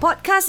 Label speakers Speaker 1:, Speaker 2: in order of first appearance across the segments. Speaker 1: Podcast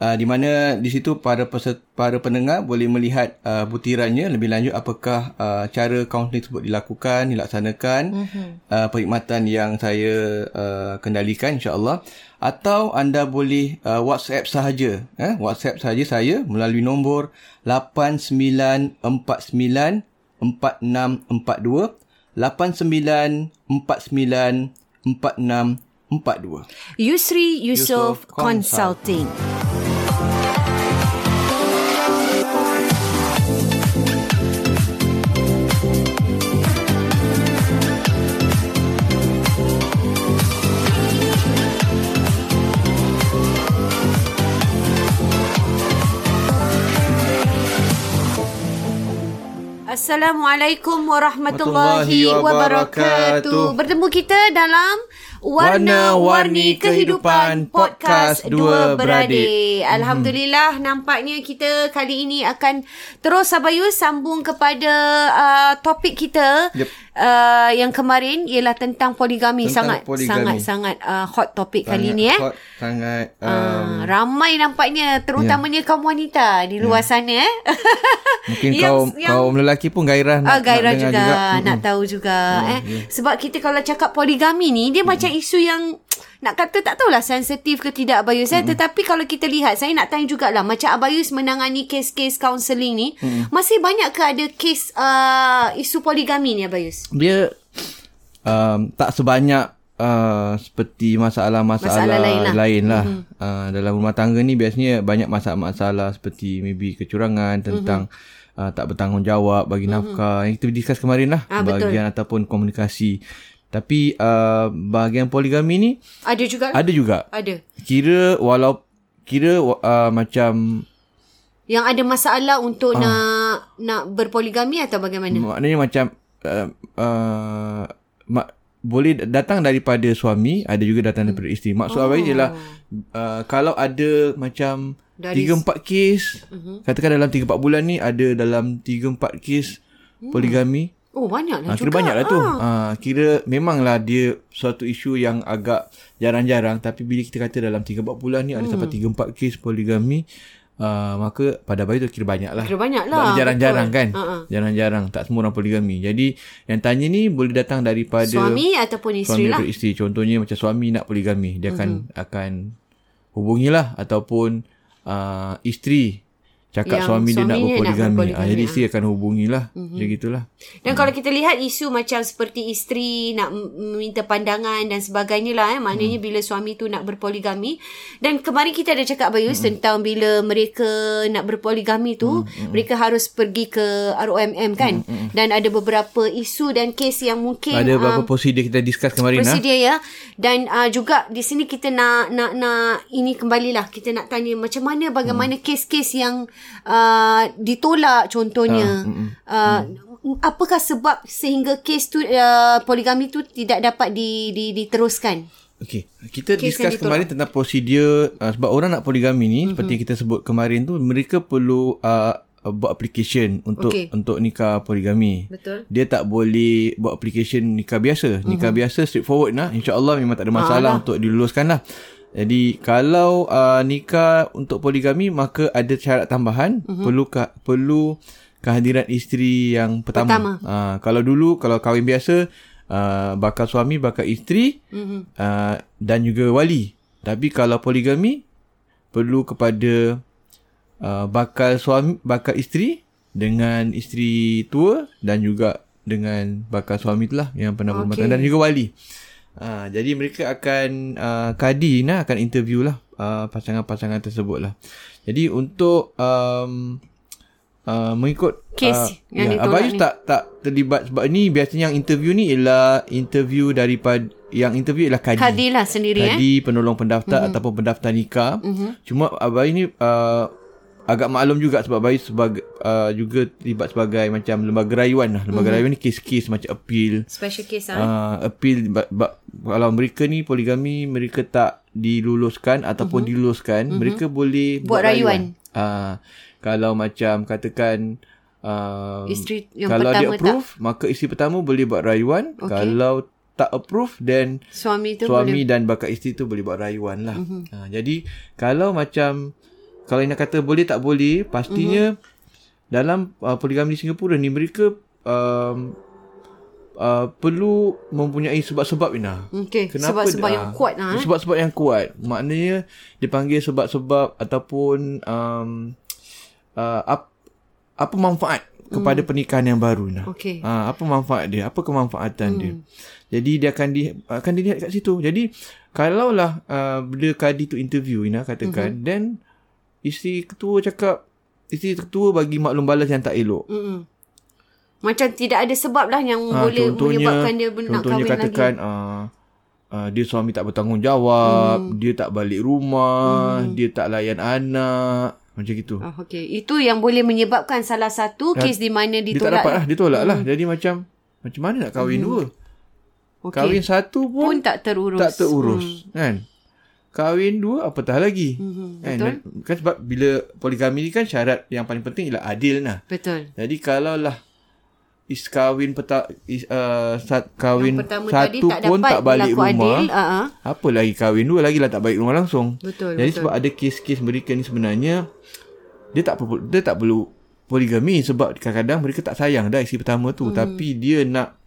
Speaker 2: Uh, di mana di situ para peset, para pendengar boleh melihat uh, butirannya lebih lanjut apakah uh, cara kaunseling tersebut dilakukan dilaksanakan mm-hmm.
Speaker 1: Mhm.
Speaker 2: uh, perkhidmatan yang saya uh, kendalikan insyaallah atau anda boleh uh, WhatsApp sahaja eh WhatsApp sahaja saya melalui nombor 8949 4642 8949 4642
Speaker 1: Yusri Yusof
Speaker 2: Yusof
Speaker 1: Consulting.
Speaker 2: Consulting.
Speaker 1: Assalamualaikum warahmatullahi
Speaker 2: Warahmatullahi
Speaker 1: wabarakatuh.
Speaker 2: wabarakatuh.
Speaker 1: Bertemu kita dalam Warna-Warni
Speaker 2: Warna-Warni
Speaker 1: Kehidupan
Speaker 2: Kehidupan
Speaker 1: Podcast
Speaker 2: Podcast
Speaker 1: Dua
Speaker 2: Dua Mhm.
Speaker 1: Beradik. Alhamdulillah nampaknya kita kali ini akan terus Abayu sambung kepada uh, topik kita
Speaker 2: Yep.
Speaker 1: uh, yang kemarin ialah tentang poligami
Speaker 2: Tentang
Speaker 1: sangat
Speaker 2: poligami.
Speaker 1: sangat sangat uh, hot topik kali
Speaker 2: Sangat
Speaker 1: ni eh.
Speaker 2: hot, sangat um, ya.
Speaker 1: Ah, ramai nampaknya terutamanya kaum wanita di luar sana eh.
Speaker 2: mungkin
Speaker 1: yang-
Speaker 2: kaum
Speaker 1: yang-
Speaker 2: kaum lelaki pun gairah
Speaker 1: Ah,
Speaker 2: nak,
Speaker 1: gairah
Speaker 2: nak
Speaker 1: juga,
Speaker 2: dengar
Speaker 1: juga
Speaker 2: Mm-mm. Ya,
Speaker 1: nak tahu juga eh sebab kita kalau cakap poligami ni dia macam isu yang nak kata tak tahulah sensitif ke tidak Abayus eh tetapi kalau kita lihat saya nak tanya jugalah macam Abayus menangani kes-kes kaunseling ni masih banyak ke ada kes uh, isu poligami ni Abayus
Speaker 2: dia um, tak sebanyak uh, seperti masalah-masalah
Speaker 1: Masalah lain lah.
Speaker 2: lain lah. Mm-hmm. Uh, dalam rumah tangga ni biasanya banyak masalah-masalah seperti maybe kecurangan tentang mm-hmm. uh, tak bertanggungjawab bagi mm-hmm. nafkah yang kita discuss kemarin lah
Speaker 1: Ah, betul.
Speaker 2: bahagian ataupun komunikasi. Tapi uh, bahagian poligami ni
Speaker 1: ada juga ada,
Speaker 2: ada juga.
Speaker 1: ada.
Speaker 2: Kira walau kira uh, macam
Speaker 1: yang ada masalah untuk
Speaker 2: Ah.
Speaker 1: nak nak berpoligami atau bagaimana
Speaker 2: Maknanya macam uh, uh, mak, boleh datang daripada suami, ada juga datang daripada isteri. Maksud oh. abang ialah uh, kalau ada macam
Speaker 1: Dari-
Speaker 2: Dari 3-4 kes, uh-huh. katakan dalam 3-4 bulan ni ada dalam 3-4 kes poligami.
Speaker 1: oh banyaklah
Speaker 2: Ha, kira
Speaker 1: juga
Speaker 2: banyak lah tu.
Speaker 1: Ah.
Speaker 2: Ha, kira memanglah dia suatu isu yang agak jarang-jarang. Tapi bila kita kata dalam 3-4 bulan ni ada
Speaker 1: Hmm.
Speaker 2: sampai 3-4 kes poligami. Uh, maka pada bayi tu kira banyak lah.
Speaker 1: Kira banyak lah,
Speaker 2: Sebab dia Jarang-jarang
Speaker 1: betul. Ah,
Speaker 2: kan. Jarang-jarang. Tak semua orang poligami. Jadi yang tanya ni boleh datang daripada
Speaker 1: suami ataupun
Speaker 2: suami
Speaker 1: isteri lah Hmm.
Speaker 2: atau isteri. Contohnya macam suami nak poligami. Dia akan akan hubungilah. Ataupun uh, isteri cakap
Speaker 1: Yang
Speaker 2: suami dia nak
Speaker 1: suaminya nak
Speaker 2: berpoligami.
Speaker 1: berpoligami, ah.
Speaker 2: Ha, jadi
Speaker 1: Hmm.
Speaker 2: isteri akan hubungilah. Mm-hmm. Macam gitulah.
Speaker 1: Dan kalau kita lihat isu macam seperti isteri nak m- meminta pandangan dan sebagainya lah eh. Maknanya hmm. bila suami tu nak berpoligami. Dan kemarin kita ada cakap Bayus hmm. tentang bila mereka nak berpoligami tu. Hmm. Mereka harus pergi ke ROMM kan. Hmm. Dan ada beberapa isu dan kes yang mungkin. ah,
Speaker 2: Ada beberapa um, prosedur kita discuss kemarin. ah.
Speaker 1: Bersedia ya. Dan uh, juga di sini kita nak nak nak ini kembalilah kita nak tanya macam mana bagaimana
Speaker 2: Hmm.
Speaker 1: kes-kes yang uh, ditolak
Speaker 2: Ah,
Speaker 1: contohnya. Uh,
Speaker 2: Mm.
Speaker 1: apakah sebab sehingga kes tu uh, poligami tu tidak dapat di, di diteruskan?
Speaker 2: Okey, kita
Speaker 1: Kes yang
Speaker 2: Kes discuss
Speaker 1: ditolak.
Speaker 2: kemarin tentang prosedur uh, sebab orang nak poligami ni mm-hmm. seperti yang kita sebut kemarin tu mereka perlu uh, buat application untuk
Speaker 1: Okey.
Speaker 2: okay. untuk nikah poligami.
Speaker 1: Betul.
Speaker 2: Dia tak boleh buat application nikah biasa. Nikah biasa straightforward lah. InsyaAllah memang tak ada masalah untuk diluluskan lah. Jadi kalau uh, nikah untuk poligami maka ada syarat tambahan perlu ka, perlu kehadiran isteri yang
Speaker 1: Pertama.
Speaker 2: pertama. Uh, kalau dulu kalau kahwin biasa uh, bakal suami bakal isteri mm-hmm. uh, dan juga wali. Tapi kalau poligami perlu kepada uh, bakal suami bakal isteri dengan isteri tua dan juga dengan bakal suami itulah yang pernah okay. berumah tangga dan juga wali. Uh, jadi mereka akan uh, kadi nah akan interview lah uh, pasangan-pasangan tersebut lah. Jadi untuk um, uh, mengikut
Speaker 1: Kes yang
Speaker 2: ya,
Speaker 1: ditolak
Speaker 2: Abang Yus
Speaker 1: ni.
Speaker 2: tak tak terlibat sebab ni biasanya yang interview ni ialah interview daripada yang interview ialah kadi.
Speaker 1: Kadi lah sendiri eh. Mhm.
Speaker 2: Kadi, penolong pendaftar mm-hmm. ataupun pendaftar nikah. Mm-hmm. Cuma Abai ni uh, agak maklum juga sebab Abai sebagai uh, juga terlibat sebagai macam lembaga rayuan lah. Lembaga mm-hmm. rayuan ni kes-kes macam appeal.
Speaker 1: Special case Mhm. ah.
Speaker 2: Uh, appeal ba- ba- kalau mereka ni poligami mereka tak diluluskan ataupun mm-hmm. diluluskan, mm-hmm. mereka boleh
Speaker 1: Mhm. Buat rayuan.
Speaker 2: Uh, kalau macam katakan uh,
Speaker 1: Isteri yang
Speaker 2: kalau dia
Speaker 1: pertama tak
Speaker 2: approve, maka isteri pertama boleh buat rayuan. Okay. Kalau tak approve then
Speaker 1: suami tu boleh Mhm.
Speaker 2: suami boleh. dan bakal isteri tu boleh buat rayuan lah. Mm-hmm. Ha, jadi kalau macam kalau nak kata boleh tak boleh,
Speaker 1: Mhm.
Speaker 2: pastinya mm-hmm. dalam uh, poligami di Singapura ni mereka um, uh, perlu mempunyai sebab-sebab Ina.
Speaker 1: Okey, Eh, sebab-sebab yang kuat lah. Eh?
Speaker 2: Sebab-sebab yang kuat. Maknanya dipanggil sebab-sebab ataupun um, uh, ap, apa manfaat
Speaker 1: Mhm.
Speaker 2: kepada pernikahan yang baru Ina.
Speaker 1: Okey.
Speaker 2: Ha, apa manfaat dia? Apa kemanfaatan hmm. dia? Jadi dia akan di akan dilihat kat situ. Jadi kalaulah uh, bila kadi tu interview Ina
Speaker 1: Hmm.
Speaker 2: katakan, mm-hmm. then isteri ketua cakap isteri ketua bagi maklum balas yang tak elok.
Speaker 1: Mm-mm. Macam tidak ada sebab lah yang
Speaker 2: Ah,
Speaker 1: boleh menyebabkan dia ben- nak
Speaker 2: contohnya
Speaker 1: kahwin
Speaker 2: katakan,
Speaker 1: lagi.
Speaker 2: Uh, uh, dia suami tak
Speaker 1: Hmm.
Speaker 2: bertanggungjawab, dia tak balik rumah, dia tak layan anak, macam gitu.
Speaker 1: Ah, okay. Itu yang boleh menyebabkan salah satu kes di mana ditolak. eh?
Speaker 2: Dia tak
Speaker 1: Hmm.
Speaker 2: dapat lah, dia tolak lah. Jadi macam macam mana nak kahwin dua?
Speaker 1: Okey.
Speaker 2: Kahwin satu pun,
Speaker 1: Pun tak terurus.
Speaker 2: tak terurus hmm. kan kahwin dua apatah lagi
Speaker 1: Mhm,
Speaker 2: kan Dan- kan sebab bila poligami ni kan syarat yang paling penting ialah adil lah
Speaker 1: Hmm. Betul.
Speaker 2: jadi kalaulah is kahwin peta is, uh, sat, kahwin
Speaker 1: Pertama tadi
Speaker 2: satu
Speaker 1: tak
Speaker 2: pun
Speaker 1: dapat
Speaker 2: tak balik
Speaker 1: berlaku
Speaker 2: rumah
Speaker 1: adil. Uh-huh.
Speaker 2: apa lagi kahwin dua lagi lah tak balik rumah langsung
Speaker 1: Betul,
Speaker 2: jadi
Speaker 1: betul.
Speaker 2: sebab ada kes-kes mereka ni sebenarnya dia tak perlu dia tak perlu poligami sebab kadang-kadang mereka tak sayang dah isteri pertama
Speaker 1: Hmm.
Speaker 2: tu tapi dia nak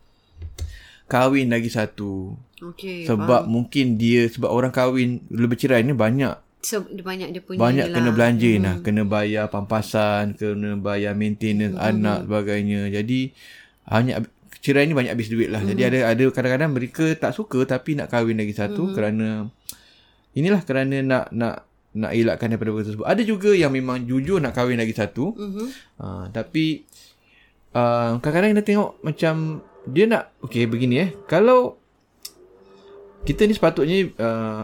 Speaker 2: kahwin lagi satu
Speaker 1: Okay.
Speaker 2: sebab mungkin dia sebab orang kahwin lebih cerai ni banyak
Speaker 1: So, dia banyak dia punya ni
Speaker 2: banyak kena
Speaker 1: lah.
Speaker 2: belanja hmm. nah kena bayar pampasan kena bayar maintenance hmm. anak sebagainya jadi hanya ab- cerai ni banyak habis duit lah hmm. jadi ada ada kadang-kadang mereka tak suka tapi nak kahwin lagi satu hmm. kerana inilah kerana nak nak nak elakkan daripada perkara tersebut ada juga yang memang jujur nak kahwin lagi satu
Speaker 1: Mhm.
Speaker 2: Ha, tapi uh, kadang-kadang kita tengok macam dia nak okey begini eh. Kalau kita ni sepatutnya uh,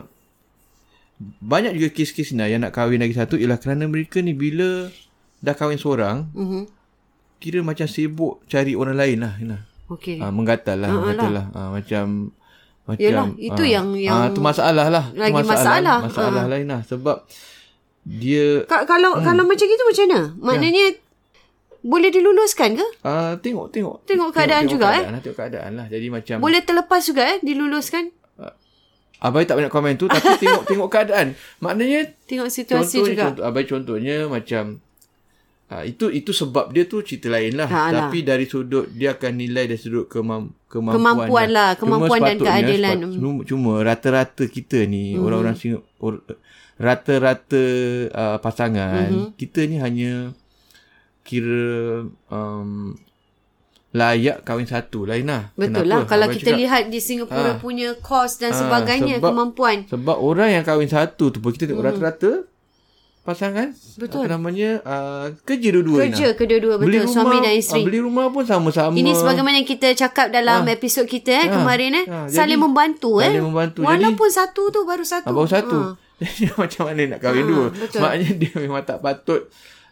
Speaker 2: banyak juga kes-kes ni lah yang nak kahwin lagi satu ialah kerana mereka ni bila dah kahwin seorang
Speaker 1: Mhm.
Speaker 2: kira macam sibuk cari orang lain lah Hina.
Speaker 1: Okay.
Speaker 2: Ha, menggatal lah, menggatal lah. Ha, macam
Speaker 1: Ah,
Speaker 2: macam
Speaker 1: Yelah, itu
Speaker 2: ha.
Speaker 1: yang- yang-
Speaker 2: ha, tu masalah lah. Tu
Speaker 1: Lagi
Speaker 2: masalah,
Speaker 1: masalah. Ah.
Speaker 2: masalah lain lah sebab dia
Speaker 1: Ka- kalau hmm. kalau macam itu macam mana? Maknanya
Speaker 2: Ya.
Speaker 1: boleh diluluskan ke?
Speaker 2: Ah, tengok tengok.
Speaker 1: Tengok keadaan
Speaker 2: tengok
Speaker 1: juga, eh?
Speaker 2: keadaan, eh. Tengok keadaan lah. Jadi macam Boleh.
Speaker 1: Boleh terlepas juga eh diluluskan?
Speaker 2: abai tak banyak komen tu tapi tengok tengok keadaan. Maknanya
Speaker 1: Tengok situasi
Speaker 2: contohnya
Speaker 1: juga.
Speaker 2: contoh abai contohnya macam ah, itu itu sebab dia tu cerita lain lah.
Speaker 1: Ha, lah.
Speaker 2: tapi dari sudut dia akan nilai dari sudut kemam, kemampuan.
Speaker 1: Kemampuan lah, kemampuan dan
Speaker 2: sepatutnya,
Speaker 1: keadilan. Mhm.
Speaker 2: sepat- cuma, cuma rata-rata kita ni mm-hmm. orang-orang Singapura or, rata-rata uh, pasangan
Speaker 1: Mhm.
Speaker 2: mm-hmm. kita ni hanya kira um, layak kahwin satu lain lah.
Speaker 1: Betul
Speaker 2: Kenapa?
Speaker 1: lah. Kalau
Speaker 2: Abang
Speaker 1: kita
Speaker 2: cakap,
Speaker 1: lihat di Singapura
Speaker 2: Ah.
Speaker 1: punya kos dan
Speaker 2: Ah,
Speaker 1: sebagainya,
Speaker 2: sebab-
Speaker 1: kemampuan.
Speaker 2: Sebab orang yang kahwin satu tu pun kita tengok rata-rata pasangan
Speaker 1: Hmm. Betul.
Speaker 2: apa namanya uh, kerja dua-dua
Speaker 1: Kerja
Speaker 2: Ina.
Speaker 1: kedua-dua betul.
Speaker 2: lah. beli rumah,
Speaker 1: suami dan isteri.
Speaker 2: ah, beli rumah pun sama-sama.
Speaker 1: Ini sebagaimana yang kita cakap dalam
Speaker 2: Ah.
Speaker 1: episod kita eh,
Speaker 2: Ah.
Speaker 1: kemarin eh.
Speaker 2: Ah, jadi-
Speaker 1: saling membantu eh.
Speaker 2: saling membantu. Jadi-
Speaker 1: Walaupun satu tu baru satu.
Speaker 2: Abang satu.
Speaker 1: Ah.
Speaker 2: Jadi macam mana nak kahwin
Speaker 1: Ha,
Speaker 2: dua?
Speaker 1: betul.
Speaker 2: Maknanya dia memang tak patut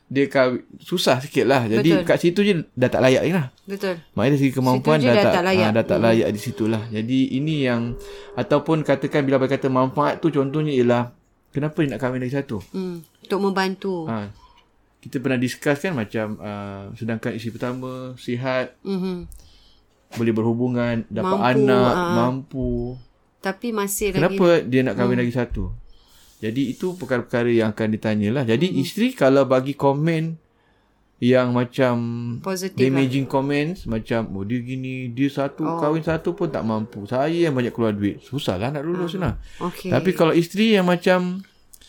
Speaker 2: dia kahwin susah sikit lah. Jadi
Speaker 1: Betul.
Speaker 2: kat situ je dah tak layak ni lah.
Speaker 1: Ah, Betul.
Speaker 2: Maknanya dari segi kemampuan
Speaker 1: Situ je
Speaker 2: dah,
Speaker 1: dah
Speaker 2: tak,
Speaker 1: tak layak. Hmm.
Speaker 2: Ha, dah tak layak di situ lah. Jadi ini yang ataupun katakan bila abang kata manfaat tu contohnya ialah kenapa dia nak kahwin lagi satu?
Speaker 1: Hmm. Untuk membantu.
Speaker 2: Ha. Kita pernah discuss kan macam uh, sedangkan isteri pertama sihat,
Speaker 1: Mhm.
Speaker 2: boleh berhubungan, dapat
Speaker 1: Mampu,
Speaker 2: anak,
Speaker 1: ah.
Speaker 2: mampu.
Speaker 1: Tapi masih lagi. Hmm.
Speaker 2: Kenapa dia nak kahwin lagi satu? Jadi itu perkara-perkara yang akan ditanyalah. Jadi
Speaker 1: Hmm.
Speaker 2: mm-hmm. isteri kalau bagi komen yang macam
Speaker 1: Positif lah.
Speaker 2: damaging comments macam oh dia gini, dia satu oh. kahwin satu pun tak mampu. Saya yang banyak keluar duit. Susahlah nak lulus uh-huh. lah.
Speaker 1: Hmm. Okey.
Speaker 2: Tapi kalau isteri yang macam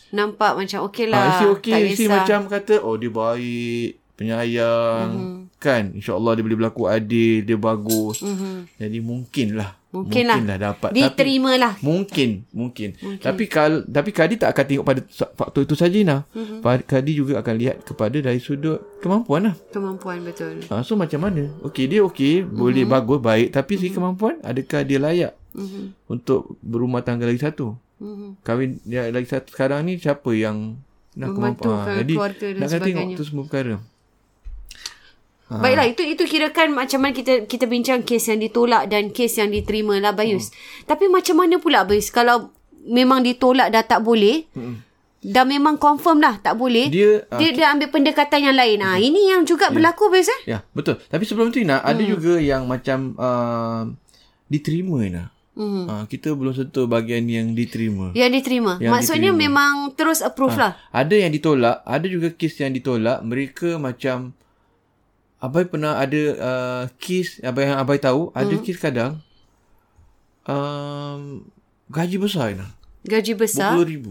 Speaker 1: Nampak macam okey
Speaker 2: lah,
Speaker 1: lah.
Speaker 2: isteri okey,
Speaker 1: tak
Speaker 2: isteri
Speaker 1: kisah. Mhm.
Speaker 2: macam kata oh dia baik, penyayang. Mm-hmm. diharapkan insyaAllah dia boleh berlaku adil, dia bagus. Mm-hmm. Jadi mungkinlah.
Speaker 1: Mhm. Mungkinlah.
Speaker 2: Mungkinlah dapat. Tapi,
Speaker 1: Diterimalah.
Speaker 2: Mungkin, mungkin. Tapi kal tapi Kadi tak akan tengok pada sa- faktor itu saja nah.
Speaker 1: Mhm.
Speaker 2: Mm-hmm. Kadi juga akan lihat kepada dari sudut kemampuan lah.
Speaker 1: Kemampuan betul.
Speaker 2: Ha, so macam mana? Okey, dia okey, mm-hmm. boleh
Speaker 1: Mhm.
Speaker 2: bagus, baik, tapi segi kemampuan adakah dia layak
Speaker 1: Mhm,
Speaker 2: mm-hmm. untuk berumah tangga lagi satu?
Speaker 1: Mm-hmm.
Speaker 2: Kahwin ya, lagi satu sekarang ni siapa yang nak
Speaker 1: Membantu
Speaker 2: kemampuan?
Speaker 1: ke
Speaker 2: Jadi
Speaker 1: keluarga dan
Speaker 2: nak kena tengok
Speaker 1: sebagainya. Eh.
Speaker 2: tu semua perkara. Ah.
Speaker 1: Ha. Baiklah itu itu kirakan macam mana kita kita bincang kes yang ditolak dan kes yang diterima lah Bayus. Hmm. Tapi macam mana pula Bayus kalau memang ditolak dah tak boleh? Hmm. Dah memang confirm lah tak boleh.
Speaker 2: Dia, ah,
Speaker 1: dia, dia ambil pendekatan yang lain. Ah ini yang juga berlaku Bayus eh?
Speaker 2: Ya, betul. Tapi sebelum tu Ina, hmm. ada juga yang macam uh, diterima Ina.
Speaker 1: Hmm.
Speaker 2: Ha, kita belum sentuh bahagian yang diterima.
Speaker 1: Yang diterima.
Speaker 2: Yang
Speaker 1: Maksudnya
Speaker 2: diterima. Ah.
Speaker 1: memang terus approve lah.
Speaker 2: Ada yang ditolak, ada juga kes yang ditolak. Mereka macam abai pernah ada uh, kes abai yang abai tahu, ada
Speaker 1: Hmm.
Speaker 2: kes kadang um, gaji besar Ina.
Speaker 1: Gaji besar.
Speaker 2: RM20,000.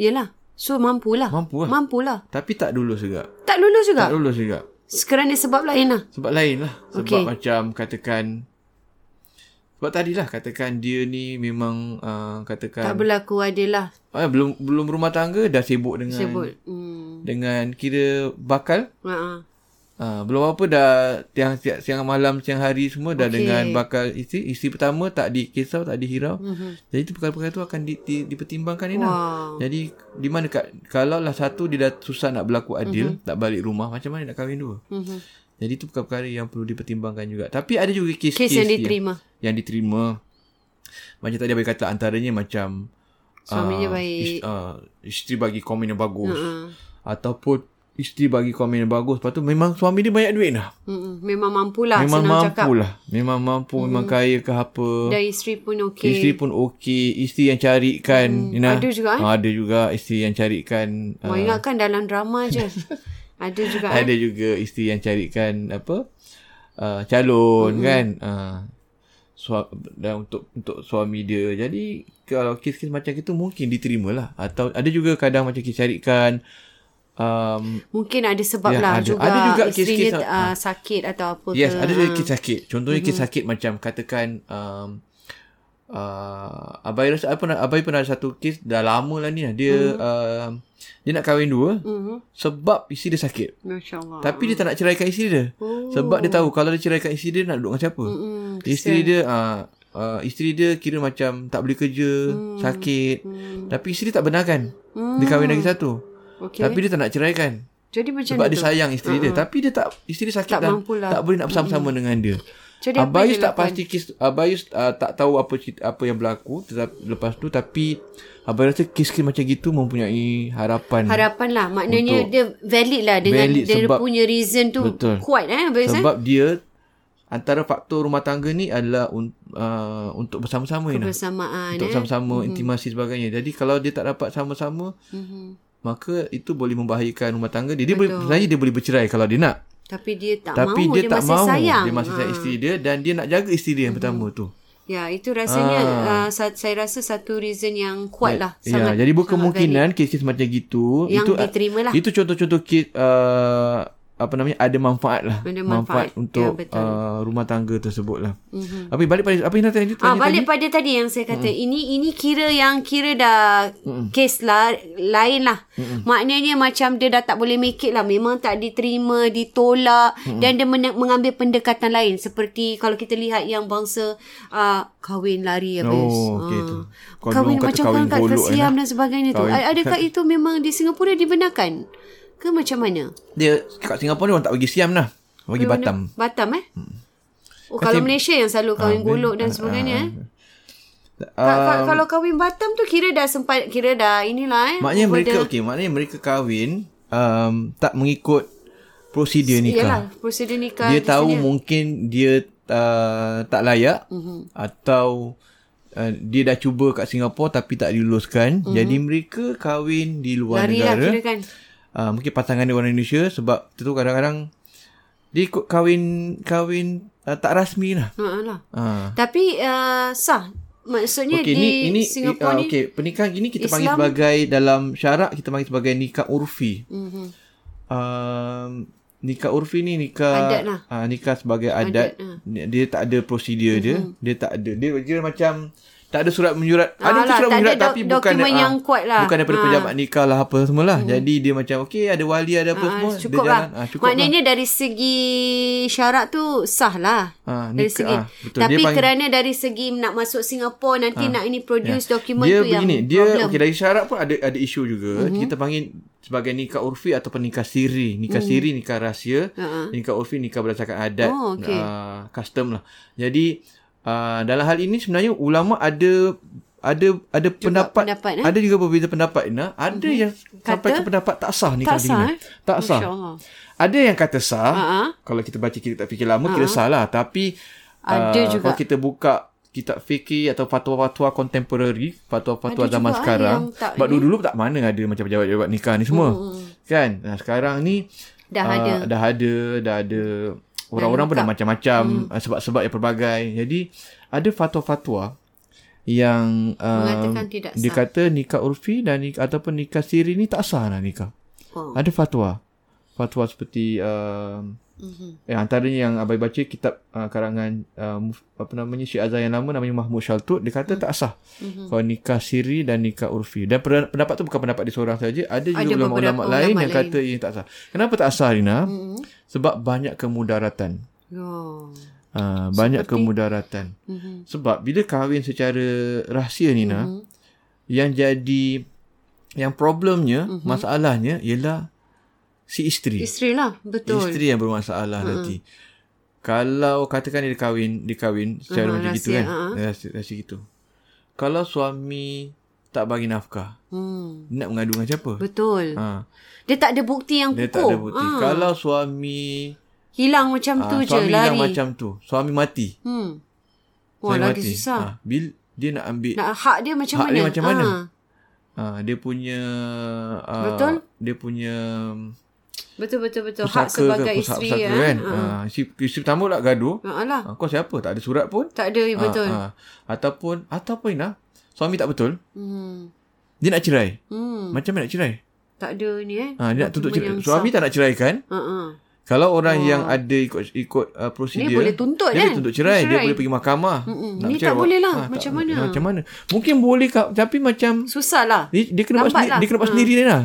Speaker 1: Yalah. So mampulah.
Speaker 2: Mampu lah.
Speaker 1: Mampulah.
Speaker 2: Tapi tak lulus juga.
Speaker 1: Tak lulus
Speaker 2: Tak
Speaker 1: juga.
Speaker 2: lulus juga.
Speaker 1: Sekarang dia sebab lain lah.
Speaker 2: Sebab lain lah. Sebab
Speaker 1: Okey.
Speaker 2: macam katakan sebab tadilah katakan dia ni memang uh,
Speaker 1: Tak
Speaker 2: katakan
Speaker 1: berlaku adalah.
Speaker 2: ah, belum belum berumah tangga dah sibuk dengan
Speaker 1: Sebut. Hmm.
Speaker 2: dengan kira bakal
Speaker 1: Ha.
Speaker 2: uh, belum apa dah tiang siang, siang malam siang hari semua dah
Speaker 1: Okey.
Speaker 2: dengan bakal isteri isteri pertama tak dikisau tak dihirau. Mm-hmm. Jadi itu perkara-perkara tu akan di, di, dipertimbangkan ni lah.
Speaker 1: Mhm. Wow.
Speaker 2: Jadi di mana kat, kalau lah satu dia dah susah nak berlaku adil, mm-hmm. tak balik rumah macam mana nak kahwin dua?
Speaker 1: Mhm.
Speaker 2: Jadi itu perkara-perkara yang perlu dipertimbangkan juga. Tapi ada juga kes-kes
Speaker 1: Kes yang diterima.
Speaker 2: Yang, yang diterima. Macam tadi abang kata antaranya macam
Speaker 1: Suaminya
Speaker 2: ah,
Speaker 1: baik.
Speaker 2: is- ah, isteri bagi komen yang bagus.
Speaker 1: Ha.
Speaker 2: Ataupun isteri bagi komen yang bagus. Lepas tu memang suami dia banyak duit lah.
Speaker 1: Mm-mm. Hmm. Memang mampulah Ah,
Speaker 2: memang
Speaker 1: senang
Speaker 2: mampu
Speaker 1: cakap.
Speaker 2: lah. Memang mampu. Memang kaya ke apa.
Speaker 1: Dan isteri pun
Speaker 2: Okay.
Speaker 1: okey.
Speaker 2: Isteri pun okey. Isteri yang carikan. Hmm.
Speaker 1: ada juga, eh?
Speaker 2: ada juga isteri yang carikan.
Speaker 1: Wah, ingat kan dalam drama je. Ada juga eh.
Speaker 2: Ah. Ada juga isteri yang carikan apa uh, calon mm-hmm. kan uh, sua- dan untuk untuk suami dia. Jadi kalau kes-kes macam itu mungkin diterima lah atau ada juga kadang macam kes carikan um,
Speaker 1: Mungkin ada sebab
Speaker 2: Ya,
Speaker 1: lah
Speaker 2: ada.
Speaker 1: juga.
Speaker 2: Ada juga
Speaker 1: isteri
Speaker 2: kes-kes
Speaker 1: dia
Speaker 2: tak-
Speaker 1: uh, sakit atau apa
Speaker 2: yes
Speaker 1: ke.
Speaker 2: ada juga kes sakit. Contohnya kes sakit macam katakan um, uh, abai rasa apa abai pernah ada satu kes dah lama lah ni lah. dia mm-hmm. uh, dia nak kahwin dua
Speaker 1: Mhm.
Speaker 2: sebab isteri dia sakit.
Speaker 1: Masya Allah.
Speaker 2: Tapi dia tak nak ceraikan isteri dia.
Speaker 1: Oh.
Speaker 2: Oh. Sebab dia tahu kalau dia ceraikan isteri dia nak duduk dengan siapa.
Speaker 1: Mm-mm,
Speaker 2: isteri dia uh, uh, isteri dia kira macam tak boleh kerja,
Speaker 1: Mm,
Speaker 2: hmm. sakit. Hmm. Tapi isteri tak benarkan. Hmm. Dia kahwin lagi satu.
Speaker 1: okay.
Speaker 2: Okay. Tapi dia tak nak ceraikan.
Speaker 1: Jadi macam
Speaker 2: Sebab
Speaker 1: mana
Speaker 2: dia
Speaker 1: tu?
Speaker 2: sayang isteri uh-huh. dia. Tapi dia tak isteri sakit
Speaker 1: Tak
Speaker 2: dan
Speaker 1: mampulah.
Speaker 2: tak boleh nak bersama-sama hmm. dengan dia.
Speaker 1: Jadi apa
Speaker 2: Abayus
Speaker 1: dia
Speaker 2: tak
Speaker 1: lakukan?
Speaker 2: pasti kes Abayus uh, tak tahu apa cerita- apa yang berlaku tetap, lepas tu tapi Abayus rasa kes-kes macam gitu mempunyai harapan.
Speaker 1: Harapan lah. Maknanya
Speaker 2: Untuk-
Speaker 1: dia valid lah. Dengan
Speaker 2: Valid
Speaker 1: dia
Speaker 2: sebab-
Speaker 1: punya reason tu
Speaker 2: Betul.
Speaker 1: kuat eh. Bayus, eh?
Speaker 2: Sebab dia antara faktor rumah tangga ni adalah un, uh, untuk bersama-sama Ina.
Speaker 1: Bersamaan
Speaker 2: Untuk
Speaker 1: eh.
Speaker 2: sama-sama intimasi sebagainya. Jadi kalau dia tak dapat sama-sama,
Speaker 1: Mhm.
Speaker 2: maka itu boleh membahayakan rumah tangga dia. Dia boleh sebenarnya dia boleh bercerai kalau dia nak.
Speaker 1: Tapi dia tak
Speaker 2: Tapi
Speaker 1: mau.
Speaker 2: dia, tak
Speaker 1: masih
Speaker 2: mau.
Speaker 1: sayang. Ah. Mm-hmm.
Speaker 2: Dia masih sayang isteri dia dan dia nak jaga isteri dia yang pertama tu.
Speaker 1: Ya, itu rasanya uh, sa- saya rasa satu reason yang kuat lah.
Speaker 2: Ah. Ya, jadi berkemungkinan kes-kes macam gitu
Speaker 1: Yang
Speaker 2: itu
Speaker 1: diterima lah.
Speaker 2: Itu contoh-contoh kes uh, apa namanya ada manfaat lah.
Speaker 1: Ada manfaat.
Speaker 2: manfaat, untuk
Speaker 1: Ya, betul.
Speaker 2: uh, rumah tangga tersebut lah. Mm-hmm. Apa balik pada apa yang nak tanya
Speaker 1: Ah,
Speaker 2: tanya
Speaker 1: balik pada tadi yang saya kata ini ini kira yang kira dah kes lah lain lah. Maknanya macam dia dah tak boleh make it lah. Memang tak diterima, ditolak dan dia men- mengambil pendekatan lain seperti kalau kita lihat yang bangsa uh, kahwin lari apa.
Speaker 2: Oh,
Speaker 1: Yus.
Speaker 2: okey
Speaker 1: Ah.
Speaker 2: tu. Kau
Speaker 1: Kahwin
Speaker 2: dulu kata
Speaker 1: macam
Speaker 2: kahwin
Speaker 1: kahwin kat
Speaker 2: golok
Speaker 1: kesiam
Speaker 2: eh.
Speaker 1: dan sebagainya tu.
Speaker 2: Kahwin-
Speaker 1: Adakah itu memang di Singapura dibenarkan? Ke macam mana?
Speaker 2: dia kat Singapura ni orang tak bagi siam lah. Bagi
Speaker 1: Mana?
Speaker 2: Batam.
Speaker 1: Batam eh? Oh, kalau Malaysia yang selalu
Speaker 2: Ah,
Speaker 1: kahwin golok dan sebagainya eh. Ka-
Speaker 2: Um,
Speaker 1: ka- kalau kahwin Batam tu kira dah sempat kira dah inilah eh.
Speaker 2: Maknanya
Speaker 1: over
Speaker 2: mereka
Speaker 1: the-
Speaker 2: okey, maknanya mereka kahwin um, tak mengikut prosedur nikah.
Speaker 1: Yalah, prosedur nikah.
Speaker 2: Dia
Speaker 1: di
Speaker 2: tahu
Speaker 1: sini.
Speaker 2: mungkin dia uh, tak layak
Speaker 1: Mhm.
Speaker 2: mm-hmm. atau uh, dia dah cuba kat Singapura tapi tak diluluskan. Mm-hmm. Jadi mereka kahwin di
Speaker 1: Mhm.
Speaker 2: luar
Speaker 1: lari lah
Speaker 2: negara.
Speaker 1: kira kan.
Speaker 2: uh, mungkin pasangan dia orang Indonesia sebab tu kadang-kadang dia ikut kahwin kahwin uh, tak rasmi lah.
Speaker 1: Ha ha lah.
Speaker 2: Uh.
Speaker 1: Tapi uh, sah. Maksudnya
Speaker 2: Okey,
Speaker 1: di
Speaker 2: ni ini
Speaker 1: Singapura
Speaker 2: ah,
Speaker 1: ni
Speaker 2: okey, pernikahan ini kita panggil
Speaker 1: Islam-
Speaker 2: sebagai dalam syarak kita panggil sebagai nikah urfi. Mhm. Um, nikah urfi ni nikah
Speaker 1: Adat lah.
Speaker 2: ah, nikah sebagai adat,
Speaker 1: Adat, ah. Mhm.
Speaker 2: dia, dia tak ada prosedur mm-hmm. dia dia tak ada dia dia macam tak ada surat menyurat
Speaker 1: Ah
Speaker 2: ada tu
Speaker 1: lah,
Speaker 2: surat
Speaker 1: tak ada
Speaker 2: menyurat
Speaker 1: dok-
Speaker 2: tapi bukan
Speaker 1: dokumen
Speaker 2: ah,
Speaker 1: yang kuat lah.
Speaker 2: bukan daripada
Speaker 1: Ah. Mhm.
Speaker 2: pejabat nikah lah apa semua lah jadi dia macam okey ada wali ada apa semua
Speaker 1: Ah,
Speaker 2: dia
Speaker 1: cukup
Speaker 2: jalan
Speaker 1: lah.
Speaker 2: ah, cukup lah.
Speaker 1: Maknanya dari segi syarat tu sah lah.
Speaker 2: Ah,
Speaker 1: dari
Speaker 2: nikah,
Speaker 1: segi.
Speaker 2: ah,
Speaker 1: Tapi
Speaker 2: betul. Dia panggil- Ah, ya.
Speaker 1: kerana dari segi nak masuk Singapura nanti nak ini produce dokumen
Speaker 2: dia
Speaker 1: tu yang
Speaker 2: begini, dia
Speaker 1: problem. Mhm.
Speaker 2: okey dari syarat pun ada ada isu juga. Mm-hmm. Kita panggil sebagai nikah urfi ataupun nikah siri. Nikah mm. siri, nikah rahsia,
Speaker 1: Mhm. Ha-ha.
Speaker 2: nikah urfi, nikah berdasarkan adat,
Speaker 1: Oh, okey.
Speaker 2: uh, custom lah. Jadi uh, dalam hal ini sebenarnya ulama ada ada ada pendapat,
Speaker 1: pendapat, eh? Mhm.
Speaker 2: ada juga berbeza pendapat nah ada mm-hmm. yang sampai
Speaker 1: Kata?
Speaker 2: ke pendapat tak sah
Speaker 1: tak
Speaker 2: nikah
Speaker 1: sah
Speaker 2: dini
Speaker 1: eh?
Speaker 2: tak sah
Speaker 1: Masya Allah.
Speaker 2: ada yang kata sah.
Speaker 1: Ha-ha.
Speaker 2: Kalau kita baca kita tak fikir lama kira sah lah. Tapi
Speaker 1: Ada
Speaker 2: ah,
Speaker 1: juga.
Speaker 2: kalau kita buka kitab fikir atau fatwa-fatwa contemporary, fatwa-fatwa
Speaker 1: Ada
Speaker 2: zaman
Speaker 1: juga, ah,
Speaker 2: sekarang.
Speaker 1: yang tak
Speaker 2: Sebab
Speaker 1: ni.
Speaker 2: dulu-dulu tak mana ada macam pejabat-pejabat nikah ni semua. Hmm. Kan? Nah, sekarang ni
Speaker 1: Dah
Speaker 2: ah,
Speaker 1: ada.
Speaker 2: dah ada, dah ada orang-orang pun dah macam-macam
Speaker 1: Hmm.
Speaker 2: ah, sebab-sebab yang pelbagai. Jadi ada fatwa-fatwa yang ah,
Speaker 1: Mengatakan tidak
Speaker 2: dia
Speaker 1: sah.
Speaker 2: kata nikah urfi dan nikah, ataupun nikah siri ni tak sah lah nikah.
Speaker 1: Oh.
Speaker 2: Ada fatwa. Fatwa seperti um,
Speaker 1: Mhm.
Speaker 2: eh, antaranya yang abai baca kitab uh, karangan uh, Muf- apa namanya Syekh Azhar yang lama namanya Mahmud Syaltut dia
Speaker 1: Mhm.
Speaker 2: kata tak sah. Kalau nikah siri dan nikah urfi. Dan per- pendapat tu bukan pendapat dia seorang saja, ada juga
Speaker 1: Ada
Speaker 2: ulama-ulama
Speaker 1: beberapa
Speaker 2: lain
Speaker 1: ulama Mhm.
Speaker 2: yang kata ini tak sah. Kenapa tak sah Rina? Mm-hmm. Sebab banyak kemudaratan.
Speaker 1: Oh.
Speaker 2: Uh, banyak kemudaratan.
Speaker 1: Mhm.
Speaker 2: Sebab bila kahwin secara rahsia Nina, mm-hmm. yang jadi yang problemnya,
Speaker 1: Mhm.
Speaker 2: mm-hmm. masalahnya ialah si isteri.
Speaker 1: Isteri lah. Betul. Mhm.
Speaker 2: Isteri yang bermasalah uh-huh. nanti. Kalau katakan dia kahwin, dia kahwin
Speaker 1: Ah,
Speaker 2: secara uh-huh, macam
Speaker 1: rahsia,
Speaker 2: gitu kan.
Speaker 1: ah.
Speaker 2: Uh-huh. Rahsia, rahsia gitu. Kalau suami tak bagi nafkah,
Speaker 1: Hmm.
Speaker 2: dia nak mengadu dengan siapa?
Speaker 1: Betul.
Speaker 2: Ha,
Speaker 1: Dia tak ada bukti yang kukuh.
Speaker 2: dia tak ada bukti.
Speaker 1: Ah.
Speaker 2: Kalau suami
Speaker 1: Hilang macam
Speaker 2: ah,
Speaker 1: tu je.
Speaker 2: suami
Speaker 1: Lari.
Speaker 2: hilang macam tu, suami mati.
Speaker 1: Hmm. Wah,
Speaker 2: suami
Speaker 1: lagi
Speaker 2: mati.
Speaker 1: susah.
Speaker 2: Ha, bila dia nak ambil
Speaker 1: Nak hak dia macam
Speaker 2: Hak
Speaker 1: mana?
Speaker 2: dia macam mana?
Speaker 1: Ah,
Speaker 2: ha, dia punya ah,
Speaker 1: Betul?
Speaker 2: dia punya
Speaker 1: Betul betul betul. hak
Speaker 2: pusaka
Speaker 1: sebagai
Speaker 2: ke pusaka,
Speaker 1: isteri eh? Ah.
Speaker 2: pusaka kan. Ha. isteri, isteri pertama pula gaduh.
Speaker 1: Ha. Ha. lah.
Speaker 2: Ha, kau siapa? Tak ada surat pun.
Speaker 1: Tak ada Ya, betul.
Speaker 2: Ha, ha. Ataupun ataupun Ina, suami tak betul,
Speaker 1: Hmm.
Speaker 2: dia nak cerai.
Speaker 1: Hmm.
Speaker 2: Macam mana nak cerai?
Speaker 1: Tak ada ni eh.
Speaker 2: Ha, dia nak tuntut
Speaker 1: Dokumen
Speaker 2: cerai.
Speaker 1: yang
Speaker 2: Suami tak nak cerai kan?
Speaker 1: sah. Ha. Ha.
Speaker 2: Kalau orang yang ada ikut ikut uh, prosedur
Speaker 1: Ah. boleh tuntut, kan?
Speaker 2: dia boleh tuntut
Speaker 1: Boleh
Speaker 2: cerai, dia
Speaker 1: cerai.
Speaker 2: boleh pergi mahkamah.
Speaker 1: Mm-mm.
Speaker 2: Nak
Speaker 1: Ni
Speaker 2: bercerai,
Speaker 1: tak
Speaker 2: wak-
Speaker 1: boleh lah.
Speaker 2: tak-
Speaker 1: Macam mana?
Speaker 2: Macam mana? Mungkin boleh kak, tapi macam
Speaker 1: Susah lah.
Speaker 2: dia, dia kena buat
Speaker 1: Lambat
Speaker 2: sendiri,
Speaker 1: lah.
Speaker 2: dia kena buat sendiri dia lah.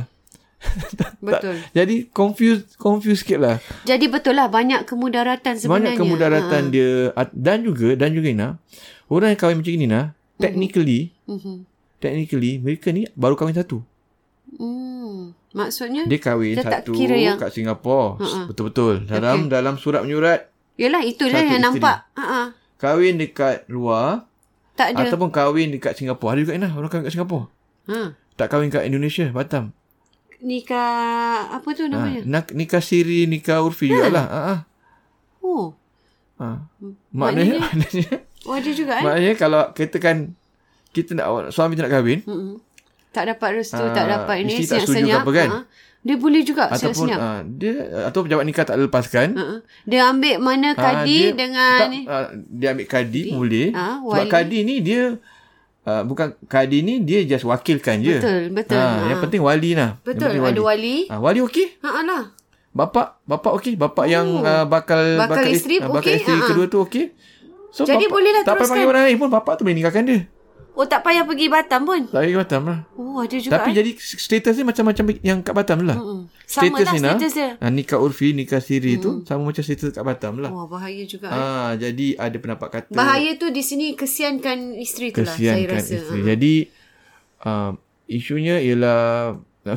Speaker 1: Betul.
Speaker 2: Jadi confuse confuse sikit lah.
Speaker 1: Jadi betul lah banyak kemudaratan sebenarnya.
Speaker 2: Banyak kemudaratan dia at- dan juga dan juga Ina, orang yang kahwin macam ni
Speaker 1: Hmm.
Speaker 2: nah, technically
Speaker 1: Mm-hmm.
Speaker 2: technically mereka ni baru kahwin satu.
Speaker 1: Hmm. Maksudnya?
Speaker 2: Dia kahwin
Speaker 1: Dia tak
Speaker 2: satu
Speaker 1: kira yang-
Speaker 2: kat Singapura.
Speaker 1: Ha-ha.
Speaker 2: Betul-betul. Dalam okay. dalam surat menyurat
Speaker 1: Yelah itulah
Speaker 2: Satu
Speaker 1: yang
Speaker 2: isteri.
Speaker 1: nampak. Ha. Ha.
Speaker 2: kahwin dekat luar
Speaker 1: Tak ada.
Speaker 2: ataupun kahwin dekat Singapura. Ada juga Inah orang kahwin kat Singapura.
Speaker 1: Ha.
Speaker 2: Tak kahwin kat Indonesia, Batam.
Speaker 1: Nikah apa tu
Speaker 2: Ha,
Speaker 1: namanya? Kan?
Speaker 2: nak, nikah siri, nikah urfi jugalah. Ha. Ha.
Speaker 1: Oh.
Speaker 2: ha. Maknanya, maknanya,
Speaker 1: Oh ada juga Hmm. eh.
Speaker 2: maknanya kalau katakan kita nak suami tu nak kahwin,
Speaker 1: Mm-mm. Tak dapat restu,
Speaker 2: Ah,
Speaker 1: tak dapat ini
Speaker 2: isteri tak setuju
Speaker 1: senyap-senyap.
Speaker 2: ke apa kan?
Speaker 1: Ha. Dia boleh juga
Speaker 2: ataupun
Speaker 1: senyap-senyap.
Speaker 2: ha, dia atau pejabat nikah tak lepaskan,
Speaker 1: Ha. Dia ambil mana
Speaker 2: Ah,
Speaker 1: kadi dengan
Speaker 2: tak,
Speaker 1: ni.
Speaker 2: ah, dia ambil kadi boleh
Speaker 1: Ah,
Speaker 2: sebab
Speaker 1: wali.
Speaker 2: kadi ni dia ah, bukan kadi ni dia just wakilkan je
Speaker 1: Betul, betul. Ah.
Speaker 2: Ah, yang penting wali lah Yang
Speaker 1: Betul,
Speaker 2: penting
Speaker 1: ada wali.
Speaker 2: Ah, wali okey
Speaker 1: Ha alah.
Speaker 2: bapak bapak okey bapak yang ah, bakal
Speaker 1: Oh. Bakal
Speaker 2: is-
Speaker 1: isteri
Speaker 2: ah, bakal
Speaker 1: okey,
Speaker 2: isteri
Speaker 1: ah.
Speaker 2: kedua tu okey so
Speaker 1: Jadi
Speaker 2: bapak,
Speaker 1: bolehlah
Speaker 2: tak payah
Speaker 1: teruskan.
Speaker 2: panggil orang lain pun bapak tu boleh nikahkan dia
Speaker 1: Oh tak payah pergi Batam pun.
Speaker 2: saya pergi Batam lah
Speaker 1: Oh ada juga. eh.
Speaker 2: tapi jadi status dia macam-macam yang kat Batam lah
Speaker 1: Mm-mm. sama
Speaker 2: status
Speaker 1: lah
Speaker 2: ni nah,
Speaker 1: status dia.
Speaker 2: ah, nikah urfi nikah siri tu sama macam status kat Batam lah
Speaker 1: Wah bahaya juga. eh.
Speaker 2: Ah, jadi ada pendapat kata
Speaker 1: Bahaya tu di sini kesiankan isteri tu lah saya
Speaker 2: kesiankan
Speaker 1: rasa.
Speaker 2: isteri.
Speaker 1: Ha.
Speaker 2: Jadi um, isunya ialah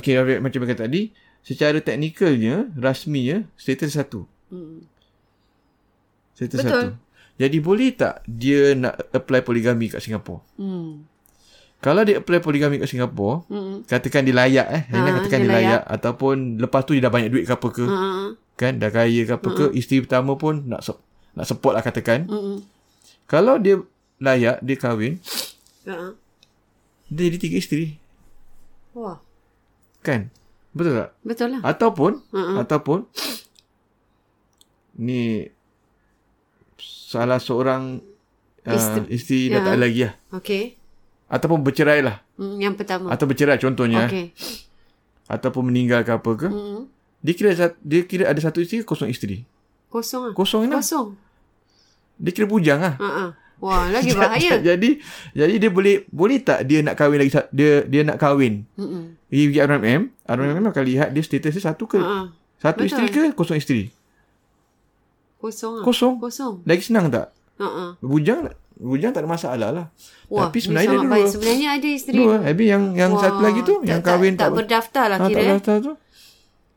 Speaker 2: okey Rafiq, macam yang kata tadi, secara teknikalnya, rasminya status satu.
Speaker 1: Mm.
Speaker 2: Status
Speaker 1: Betul.
Speaker 2: satu. Jadi boleh tak dia nak apply poligami kat Singapura?
Speaker 1: Hmm.
Speaker 2: Kalau dia apply poligami kat Singapura,
Speaker 1: Mm.
Speaker 2: katakan dia layak eh, ha,
Speaker 1: Ha,
Speaker 2: katakan
Speaker 1: dia
Speaker 2: dia layak. ataupun lepas tu dia dah banyak duit ke apa ke,
Speaker 1: Ha.
Speaker 2: ha. kan dah kaya ke apa ke,
Speaker 1: Ah.
Speaker 2: isteri pertama pun nak sup- nak support lah katakan.
Speaker 1: Mm.
Speaker 2: Kalau dia layak, dia kahwin,
Speaker 1: Ha.
Speaker 2: dia jadi tiga isteri.
Speaker 1: Wah,
Speaker 2: Kan? Betul tak?
Speaker 1: betul lah.
Speaker 2: Ataupun uh-uh. Ataupun Ni Salah seorang uh,
Speaker 1: Isteri- Ya.
Speaker 2: Isteri dah tak ada lagi lah
Speaker 1: Okey.
Speaker 2: Ataupun bercerai lah
Speaker 1: Mm, yang pertama.
Speaker 2: eh. Atau bercerai contohnya okay.
Speaker 1: Okey.
Speaker 2: Ataupun meninggal ke apa ke
Speaker 1: Mm.
Speaker 2: Dia Dia kira sat- dia kira ada satu isteri kosong isteri.
Speaker 1: Kosong ah.
Speaker 2: Kosong ni.
Speaker 1: Kosong.
Speaker 2: Dia kira bujang lah.
Speaker 1: Ha ah. Wah, lagi bahaya.
Speaker 2: jadi jadi dia boleh boleh tak dia nak kahwin lagi sa- dia dia nak kahwin.
Speaker 1: Mm-mm.
Speaker 2: Dia pergi RMM, RMM akan lihat dia status dia satu ke
Speaker 1: Ha ah.
Speaker 2: satu
Speaker 1: betul.
Speaker 2: isteri ke kosong isteri.
Speaker 1: Kosong ah.
Speaker 2: Kosong.
Speaker 1: Kosong.
Speaker 2: Lagi senang tak?
Speaker 1: Ha ah.
Speaker 2: Bujang bujang tak ada masalah lah.
Speaker 1: Wah,
Speaker 2: Tapi sebenarnya
Speaker 1: ni
Speaker 2: dia
Speaker 1: sangat
Speaker 2: dua.
Speaker 1: baik. Sebenarnya ada isteri.
Speaker 2: Dua. Habis yang yang
Speaker 1: Wah,
Speaker 2: satu lagi tu yang kahwin
Speaker 1: tak, tak berdaftar lah
Speaker 2: ha,
Speaker 1: kira.
Speaker 2: tak
Speaker 1: eh.
Speaker 2: daftar tu.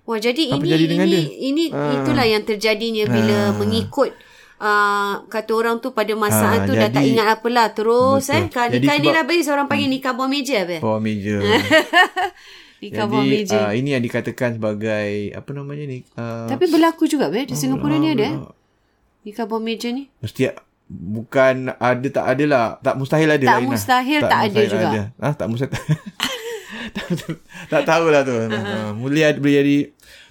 Speaker 1: Wah jadi
Speaker 2: Apa
Speaker 1: ini
Speaker 2: jadi dengan
Speaker 1: ini
Speaker 2: dia?
Speaker 1: ini
Speaker 2: Ah.
Speaker 1: itulah yang terjadinya bila
Speaker 2: Ah.
Speaker 1: mengikut uh, kata orang tu pada masa
Speaker 2: Ah,
Speaker 1: tu dah
Speaker 2: jadi-
Speaker 1: tak ingat apalah terus
Speaker 2: Betul.
Speaker 1: eh kali
Speaker 2: Jadi
Speaker 1: kali
Speaker 2: sebab- Hmm.
Speaker 1: lah baik seorang panggil nikah bawah meja apa
Speaker 2: Bawah meja.
Speaker 1: nikah bawah
Speaker 2: Jadi
Speaker 1: meja
Speaker 2: uh, ini yang dikatakan sebagai apa namanya ni? Uh,
Speaker 1: tapi berlaku juga eh di Singapura ni ada eh
Speaker 2: uh,
Speaker 1: nikah bawah meja ni
Speaker 2: Mesti bukan ada tak ada lah. Tak mustahil ada
Speaker 1: Tak
Speaker 2: lah, Inah.
Speaker 1: mustahil tak ada
Speaker 2: mustahil
Speaker 1: juga.
Speaker 2: Ha, tak mustahil. tak, tak, tak tahulah tu. Uh-huh. Boleh ada boleh jadi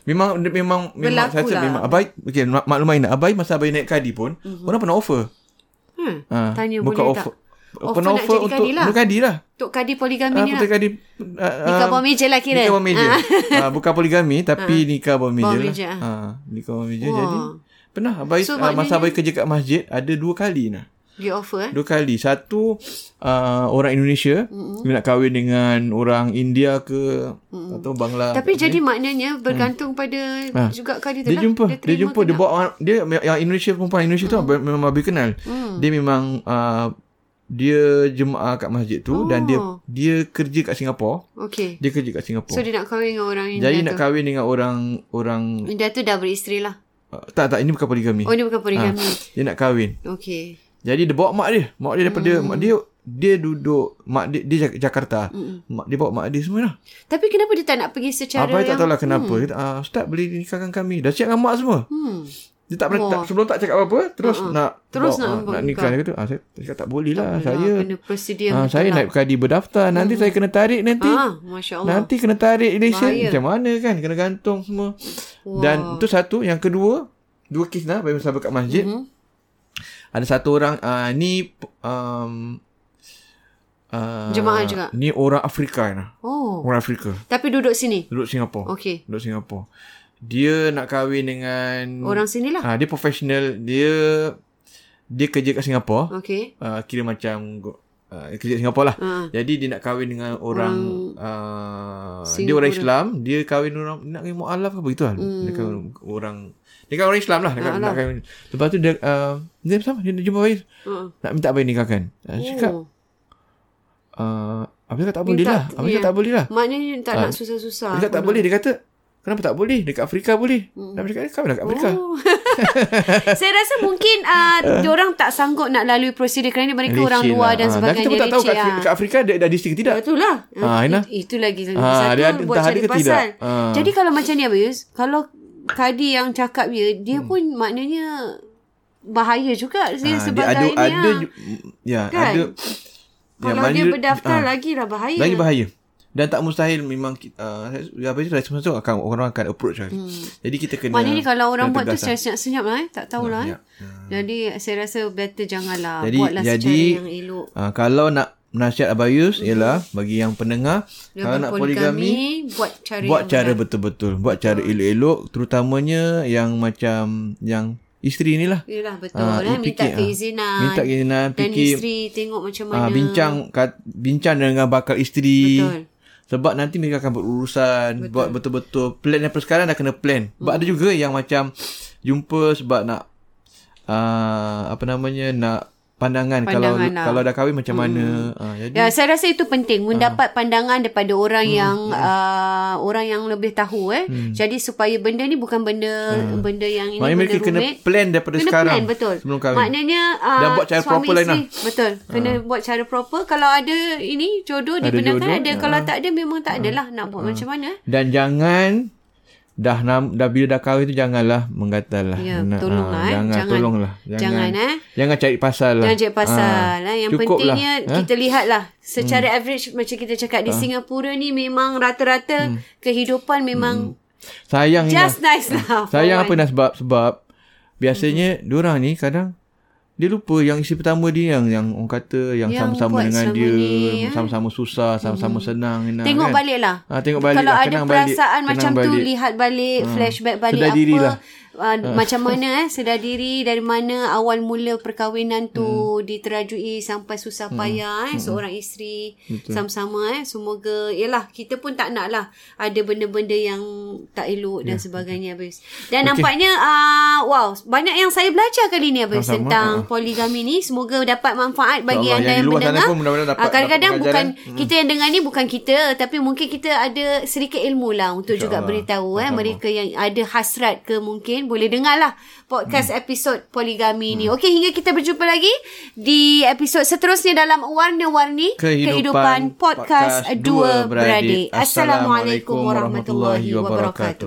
Speaker 2: Memang memang memang
Speaker 1: Berlaku
Speaker 2: saya rasa
Speaker 1: lah.
Speaker 2: memang abai okey mak- maklum Aina abai masa abai naik kadi pun
Speaker 1: Mhm.
Speaker 2: uh-huh. orang pernah offer.
Speaker 1: hmm.
Speaker 2: Ha,
Speaker 1: Tanya
Speaker 2: bukan
Speaker 1: boleh
Speaker 2: offer,
Speaker 1: tak? Offer
Speaker 2: pernah
Speaker 1: nak
Speaker 2: offer
Speaker 1: jadi
Speaker 2: untuk
Speaker 1: kadi lah.
Speaker 2: untuk kadi lah.
Speaker 1: Tok Kadi poligami
Speaker 2: Ah,
Speaker 1: ni
Speaker 2: Putera
Speaker 1: lah
Speaker 2: Kadi ah,
Speaker 1: nikah
Speaker 2: ah,
Speaker 1: bawah meja lah kira
Speaker 2: Nikah bawah meja
Speaker 1: Ah.
Speaker 2: Ah, Bukan poligami Tapi nikah bawah meja,
Speaker 1: Bawah
Speaker 2: lah.
Speaker 1: meja, ah.
Speaker 2: Ah, Nikah bawah meja
Speaker 1: Wah.
Speaker 2: Jadi Pernah abai,
Speaker 1: So,
Speaker 2: so, Masa
Speaker 1: maknanya-
Speaker 2: abai kerja kat masjid Ada dua kali nah.
Speaker 1: dia offer eh
Speaker 2: Dua kali Satu uh, Orang Indonesia mm-hmm. Nak kahwin dengan Orang India ke mm-hmm. Atau Bangla
Speaker 1: tapi jadi maknanya bergantung pada
Speaker 2: Hmm. Ah.
Speaker 1: juga kali tu lah
Speaker 2: dia jumpa dia,
Speaker 1: terima
Speaker 2: jumpa
Speaker 1: ke Hmm.
Speaker 2: dia
Speaker 1: tak?
Speaker 2: bawa orang- dia me- yang Indonesia perempuan Indonesia tu abang- memang habis kenal
Speaker 1: Hmm.
Speaker 2: dia memang uh, dia jemaah kat masjid tu dan dia
Speaker 1: Oh.
Speaker 2: dia kerja kat Singapura
Speaker 1: okey
Speaker 2: dia kerja kat Singapura
Speaker 1: so dia nak kahwin dengan orang India
Speaker 2: Oh. Jadi
Speaker 1: tu
Speaker 2: nak kahwin dengan orang orang
Speaker 1: India tu dah beristeri lah.
Speaker 2: uh, tak tak ini bukan poligami.
Speaker 1: Oh, ini bukan poligami.
Speaker 2: Ha, dia nak kahwin.
Speaker 1: Okey.
Speaker 2: Jadi dia bawa mak dia. Mak dia daripada
Speaker 1: Hmm.
Speaker 2: mak dia dia duduk mak dia, dia Jak- Jakarta.
Speaker 1: Hmm.
Speaker 2: Mm. Mak dia bawa mak dia semua lah.
Speaker 1: Tapi kenapa dia tak nak pergi secara
Speaker 2: Abai
Speaker 1: yang...
Speaker 2: tak tahulah kenapa. Hmm. Uh, Ustaz boleh nikahkan kami. Dah siap dengan mak semua.
Speaker 1: Hmm.
Speaker 2: Dia tak, pernah,
Speaker 1: Wah.
Speaker 2: tak sebelum tak cakap apa-apa terus nak
Speaker 1: Terus
Speaker 2: bawa-
Speaker 1: nak
Speaker 2: ah, nak
Speaker 1: nikah.
Speaker 2: nikah dia kata ah saya, saya kata tak boleh lah saya
Speaker 1: kena bersedia.
Speaker 2: ah,
Speaker 1: betul
Speaker 2: saya
Speaker 1: lah.
Speaker 2: naik kadi berdaftar nanti saya kena tarik nanti.
Speaker 1: Ah, Masya Allah.
Speaker 2: Nanti kena tarik election
Speaker 1: Bahaya.
Speaker 2: Macam mana kan Kena gantung semua
Speaker 1: Wah.
Speaker 2: wow. Dan itu satu Yang kedua Dua kes lah Bagi sahabat kat masjid
Speaker 1: Mhm.
Speaker 2: mm-hmm. Ada satu orang uh, Ni um, uh,
Speaker 1: Jemaah juga.
Speaker 2: Ni orang Afrika ni
Speaker 1: Oh.
Speaker 2: Orang Afrika
Speaker 1: Tapi duduk sini.
Speaker 2: Duduk Singapura
Speaker 1: Okey.
Speaker 2: Duduk Singapura Dia nak kahwin dengan
Speaker 1: Orang sini lah.
Speaker 2: uh, Dia professional Dia Dia kerja kat Singapura
Speaker 1: Okey.
Speaker 2: uh, Kira macam uh, Kerja kat Singapura lah
Speaker 1: Ha.
Speaker 2: jadi dia nak kahwin dengan orang, uh, dia
Speaker 1: Singapura.
Speaker 2: orang Islam, dia kahwin orang nak kahwin mualaf ke begitu lah. Hmm. Dia kahwin orang dia kahwin orang Islam lah, dia kahwin, nak kahwin. Lepas tu dia uh, dia sama dia jumpa Faiz.
Speaker 1: Ha.
Speaker 2: Nak minta Faiz nikahkan. Oh. Cakap
Speaker 1: Oh.
Speaker 2: uh, Abang cakap tak boleh
Speaker 1: Minta-
Speaker 2: lah. Abang cakap
Speaker 1: ya.
Speaker 2: tak boleh lah.
Speaker 1: Maknanya tak
Speaker 2: Ah.
Speaker 1: nak susah-susah.
Speaker 2: Dia cakap tak boleh. Dia kata Kenapa tak boleh? Dekat Afrika boleh. Hmm. Abang cakap, kahwin lah kat Afrika.
Speaker 1: Oh. Saya rasa mungkin uh, orang tak sanggup nak lalui prosedur kerana mereka orang
Speaker 2: Receh
Speaker 1: luar
Speaker 2: lah.
Speaker 1: dan
Speaker 2: Ah,
Speaker 1: sebagainya.
Speaker 2: kita pun tak tahu kat,
Speaker 1: Receh, ah.
Speaker 2: kat Afrika dia dah disti ke tidak.
Speaker 1: Itulah.
Speaker 2: Ah,
Speaker 1: lah.
Speaker 2: Aina.
Speaker 1: It- Itu lagi lagi
Speaker 2: Ah,
Speaker 1: satu
Speaker 2: dia
Speaker 1: dia
Speaker 2: ada-
Speaker 1: buat
Speaker 2: entah
Speaker 1: cari
Speaker 2: ada ke
Speaker 1: pasal.
Speaker 2: tidak.
Speaker 1: Tidak.
Speaker 2: Ah.
Speaker 1: Jadi kalau macam ni Abayus, kalau kadi yang cakap ya, dia pun maknanya bahaya juga dia
Speaker 2: Hmm. Ah,
Speaker 1: sebagai
Speaker 2: ada
Speaker 1: ni. Ada,
Speaker 2: ada ju- ya,
Speaker 1: Kan?
Speaker 2: ada
Speaker 1: kalau
Speaker 2: mana
Speaker 1: dia berdaftar
Speaker 2: ah.
Speaker 1: lagi lagilah bahaya.
Speaker 2: Lagi bahaya. Dan tak mustahil memang uh, apa itu respons tu akan orang akan approach kan. Hmm. Jadi kita kena
Speaker 1: Maknanya kalau orang
Speaker 2: kena
Speaker 1: buat tu
Speaker 2: tegas lah.
Speaker 1: secara senyap-senyap lah, eh. tak tahulah. Eh.
Speaker 2: senyap.
Speaker 1: Jadi saya rasa better janganlah.
Speaker 2: Jadi-
Speaker 1: Buatlah
Speaker 2: jadi,
Speaker 1: secara yang elok.
Speaker 2: uh, kalau nak nasihat Abayus ialah bagi yang pendengar
Speaker 1: Dia
Speaker 2: kalau nak poligami
Speaker 1: buat cara
Speaker 2: buat
Speaker 1: yang Ah.
Speaker 2: cara betul-betul, buat cara elok-elok terutamanya yang macam yang isteri ni lah.
Speaker 1: Yelah betul
Speaker 2: Ah,
Speaker 1: eh.
Speaker 2: dia
Speaker 1: Minta
Speaker 2: fikir, ah.
Speaker 1: keizinan.
Speaker 2: Minta keizinan,
Speaker 1: Dan
Speaker 2: fikir-
Speaker 1: isteri tengok macam mana.
Speaker 2: Ah bincang kat, bincang dengan bakal isteri.
Speaker 1: Betul.
Speaker 2: Sebab nanti mereka akan berurusan betul. buat betul-betul plan yang sekarang dah kena plan. Sebab
Speaker 1: Hmm.
Speaker 2: ada juga yang macam jumpa sebab nak uh, apa namanya nak pandangan, kalau
Speaker 1: Pandangan lah.
Speaker 2: kalau dah kahwin macam mana. Uh, jadi
Speaker 1: Ya, saya rasa itu penting
Speaker 2: Ah.
Speaker 1: mendapat pandangan daripada orang
Speaker 2: Hmm,
Speaker 1: yang uh, orang yang lebih tahu eh. Jadi supaya benda ni bukan benda benda yang ini
Speaker 2: Hmm. maknanya
Speaker 1: benda
Speaker 2: mereka kena
Speaker 1: rumit.
Speaker 2: plan daripada
Speaker 1: Kena
Speaker 2: sekarang
Speaker 1: plan betul.
Speaker 2: sebelum kahwin.
Speaker 1: Maknanya uh,
Speaker 2: Dan buat cara
Speaker 1: suami
Speaker 2: proper lah, Ah.
Speaker 1: isteri, Betul. Kena buat cara proper. Kalau ada ini jodoh
Speaker 2: Ada
Speaker 1: dibenarkan
Speaker 2: jodoh, Ah.
Speaker 1: ada.
Speaker 2: ya.
Speaker 1: Kalau tak ada memang tak adalah nak buat macam mana. eh.
Speaker 2: Dan jangan dah nam, dah bila dah kahwin tu janganlah menggatal lah.
Speaker 1: Ya,
Speaker 2: Nak-
Speaker 1: tolonglah,
Speaker 2: ah,
Speaker 1: eh.
Speaker 2: Jangan,
Speaker 1: Jangan-
Speaker 2: tolonglah.
Speaker 1: jangan,
Speaker 2: Jangan,
Speaker 1: eh.
Speaker 2: Jangan cari pasal lah.
Speaker 1: Jangan cek pasal.
Speaker 2: Ah,
Speaker 1: Ha, yang
Speaker 2: cukup
Speaker 1: pentingnya
Speaker 2: lah. Hmm. Ah.
Speaker 1: kita lihatlah secara average macam kita cakap di Singapura ni memang rata-rata
Speaker 2: Hmm.
Speaker 1: kehidupan memang
Speaker 2: Sayang ni lah.
Speaker 1: just nice lah.
Speaker 2: Sayang apa nak sebab sebab biasanya mm-hmm. diorang ni kadang dia lupa yang isteri pertama dia yang yang orang kata yang,
Speaker 1: Yang
Speaker 2: sama-sama
Speaker 1: buat
Speaker 2: dengan
Speaker 1: selama
Speaker 2: dia,
Speaker 1: ni, eh.
Speaker 2: sama-sama susah, sama-sama senang kenang,
Speaker 1: Tengok
Speaker 2: kan?
Speaker 1: baliklah.
Speaker 2: Ah tengok balik
Speaker 1: Kalau
Speaker 2: lah,
Speaker 1: ada
Speaker 2: kenang
Speaker 1: perasaan
Speaker 2: balik,
Speaker 1: macam
Speaker 2: kenang
Speaker 1: tu
Speaker 2: balik. Hmm.
Speaker 1: lihat balik flashback balik
Speaker 2: Sedar
Speaker 1: apa
Speaker 2: diri lah.
Speaker 1: Uh, macam mana eh sedar diri dari mana awal mula perkahwinan
Speaker 2: Hmm.
Speaker 1: tu diterajui sampai susah payah eh seorang isteri sama-sama eh semoga yalah kita pun tak nak lah ada benda-benda yang tak elok
Speaker 2: Ya,
Speaker 1: dan sebagainya habis. Dan nampaknya uh, wow banyak yang saya belajar kali ni habis
Speaker 2: Sama-sama, Ah.
Speaker 1: tentang poligami ni semoga dapat manfaat bagi anda
Speaker 2: InsyaAllah, yang
Speaker 1: yang,
Speaker 2: di luar sana
Speaker 1: mendengar.
Speaker 2: pun mudah-mudahan dapat-
Speaker 1: Ah, kadang-kadang
Speaker 2: dapat
Speaker 1: bukan
Speaker 2: pengajaran.
Speaker 1: kita yang dengar ni bukan kita tapi mungkin kita ada sedikit ilmu lah untuk juga
Speaker 2: InsyaAllah.
Speaker 1: beritahu eh
Speaker 2: Sama-sama.
Speaker 1: mereka yang ada hasrat ke mungkin boleh dengar lah podcast hmm. episod poligami hmm. ni. Okey hingga kita berjumpa lagi di episod seterusnya dalam warna-warni
Speaker 2: Kehidupan
Speaker 1: kehidupan, podcast,
Speaker 2: Podcast Dua
Speaker 1: dua beradik.
Speaker 2: Beradik.
Speaker 1: Assalamualaikum warahmatullahi
Speaker 2: Assalamualaikum warahmatullahi
Speaker 1: wabarakatuh.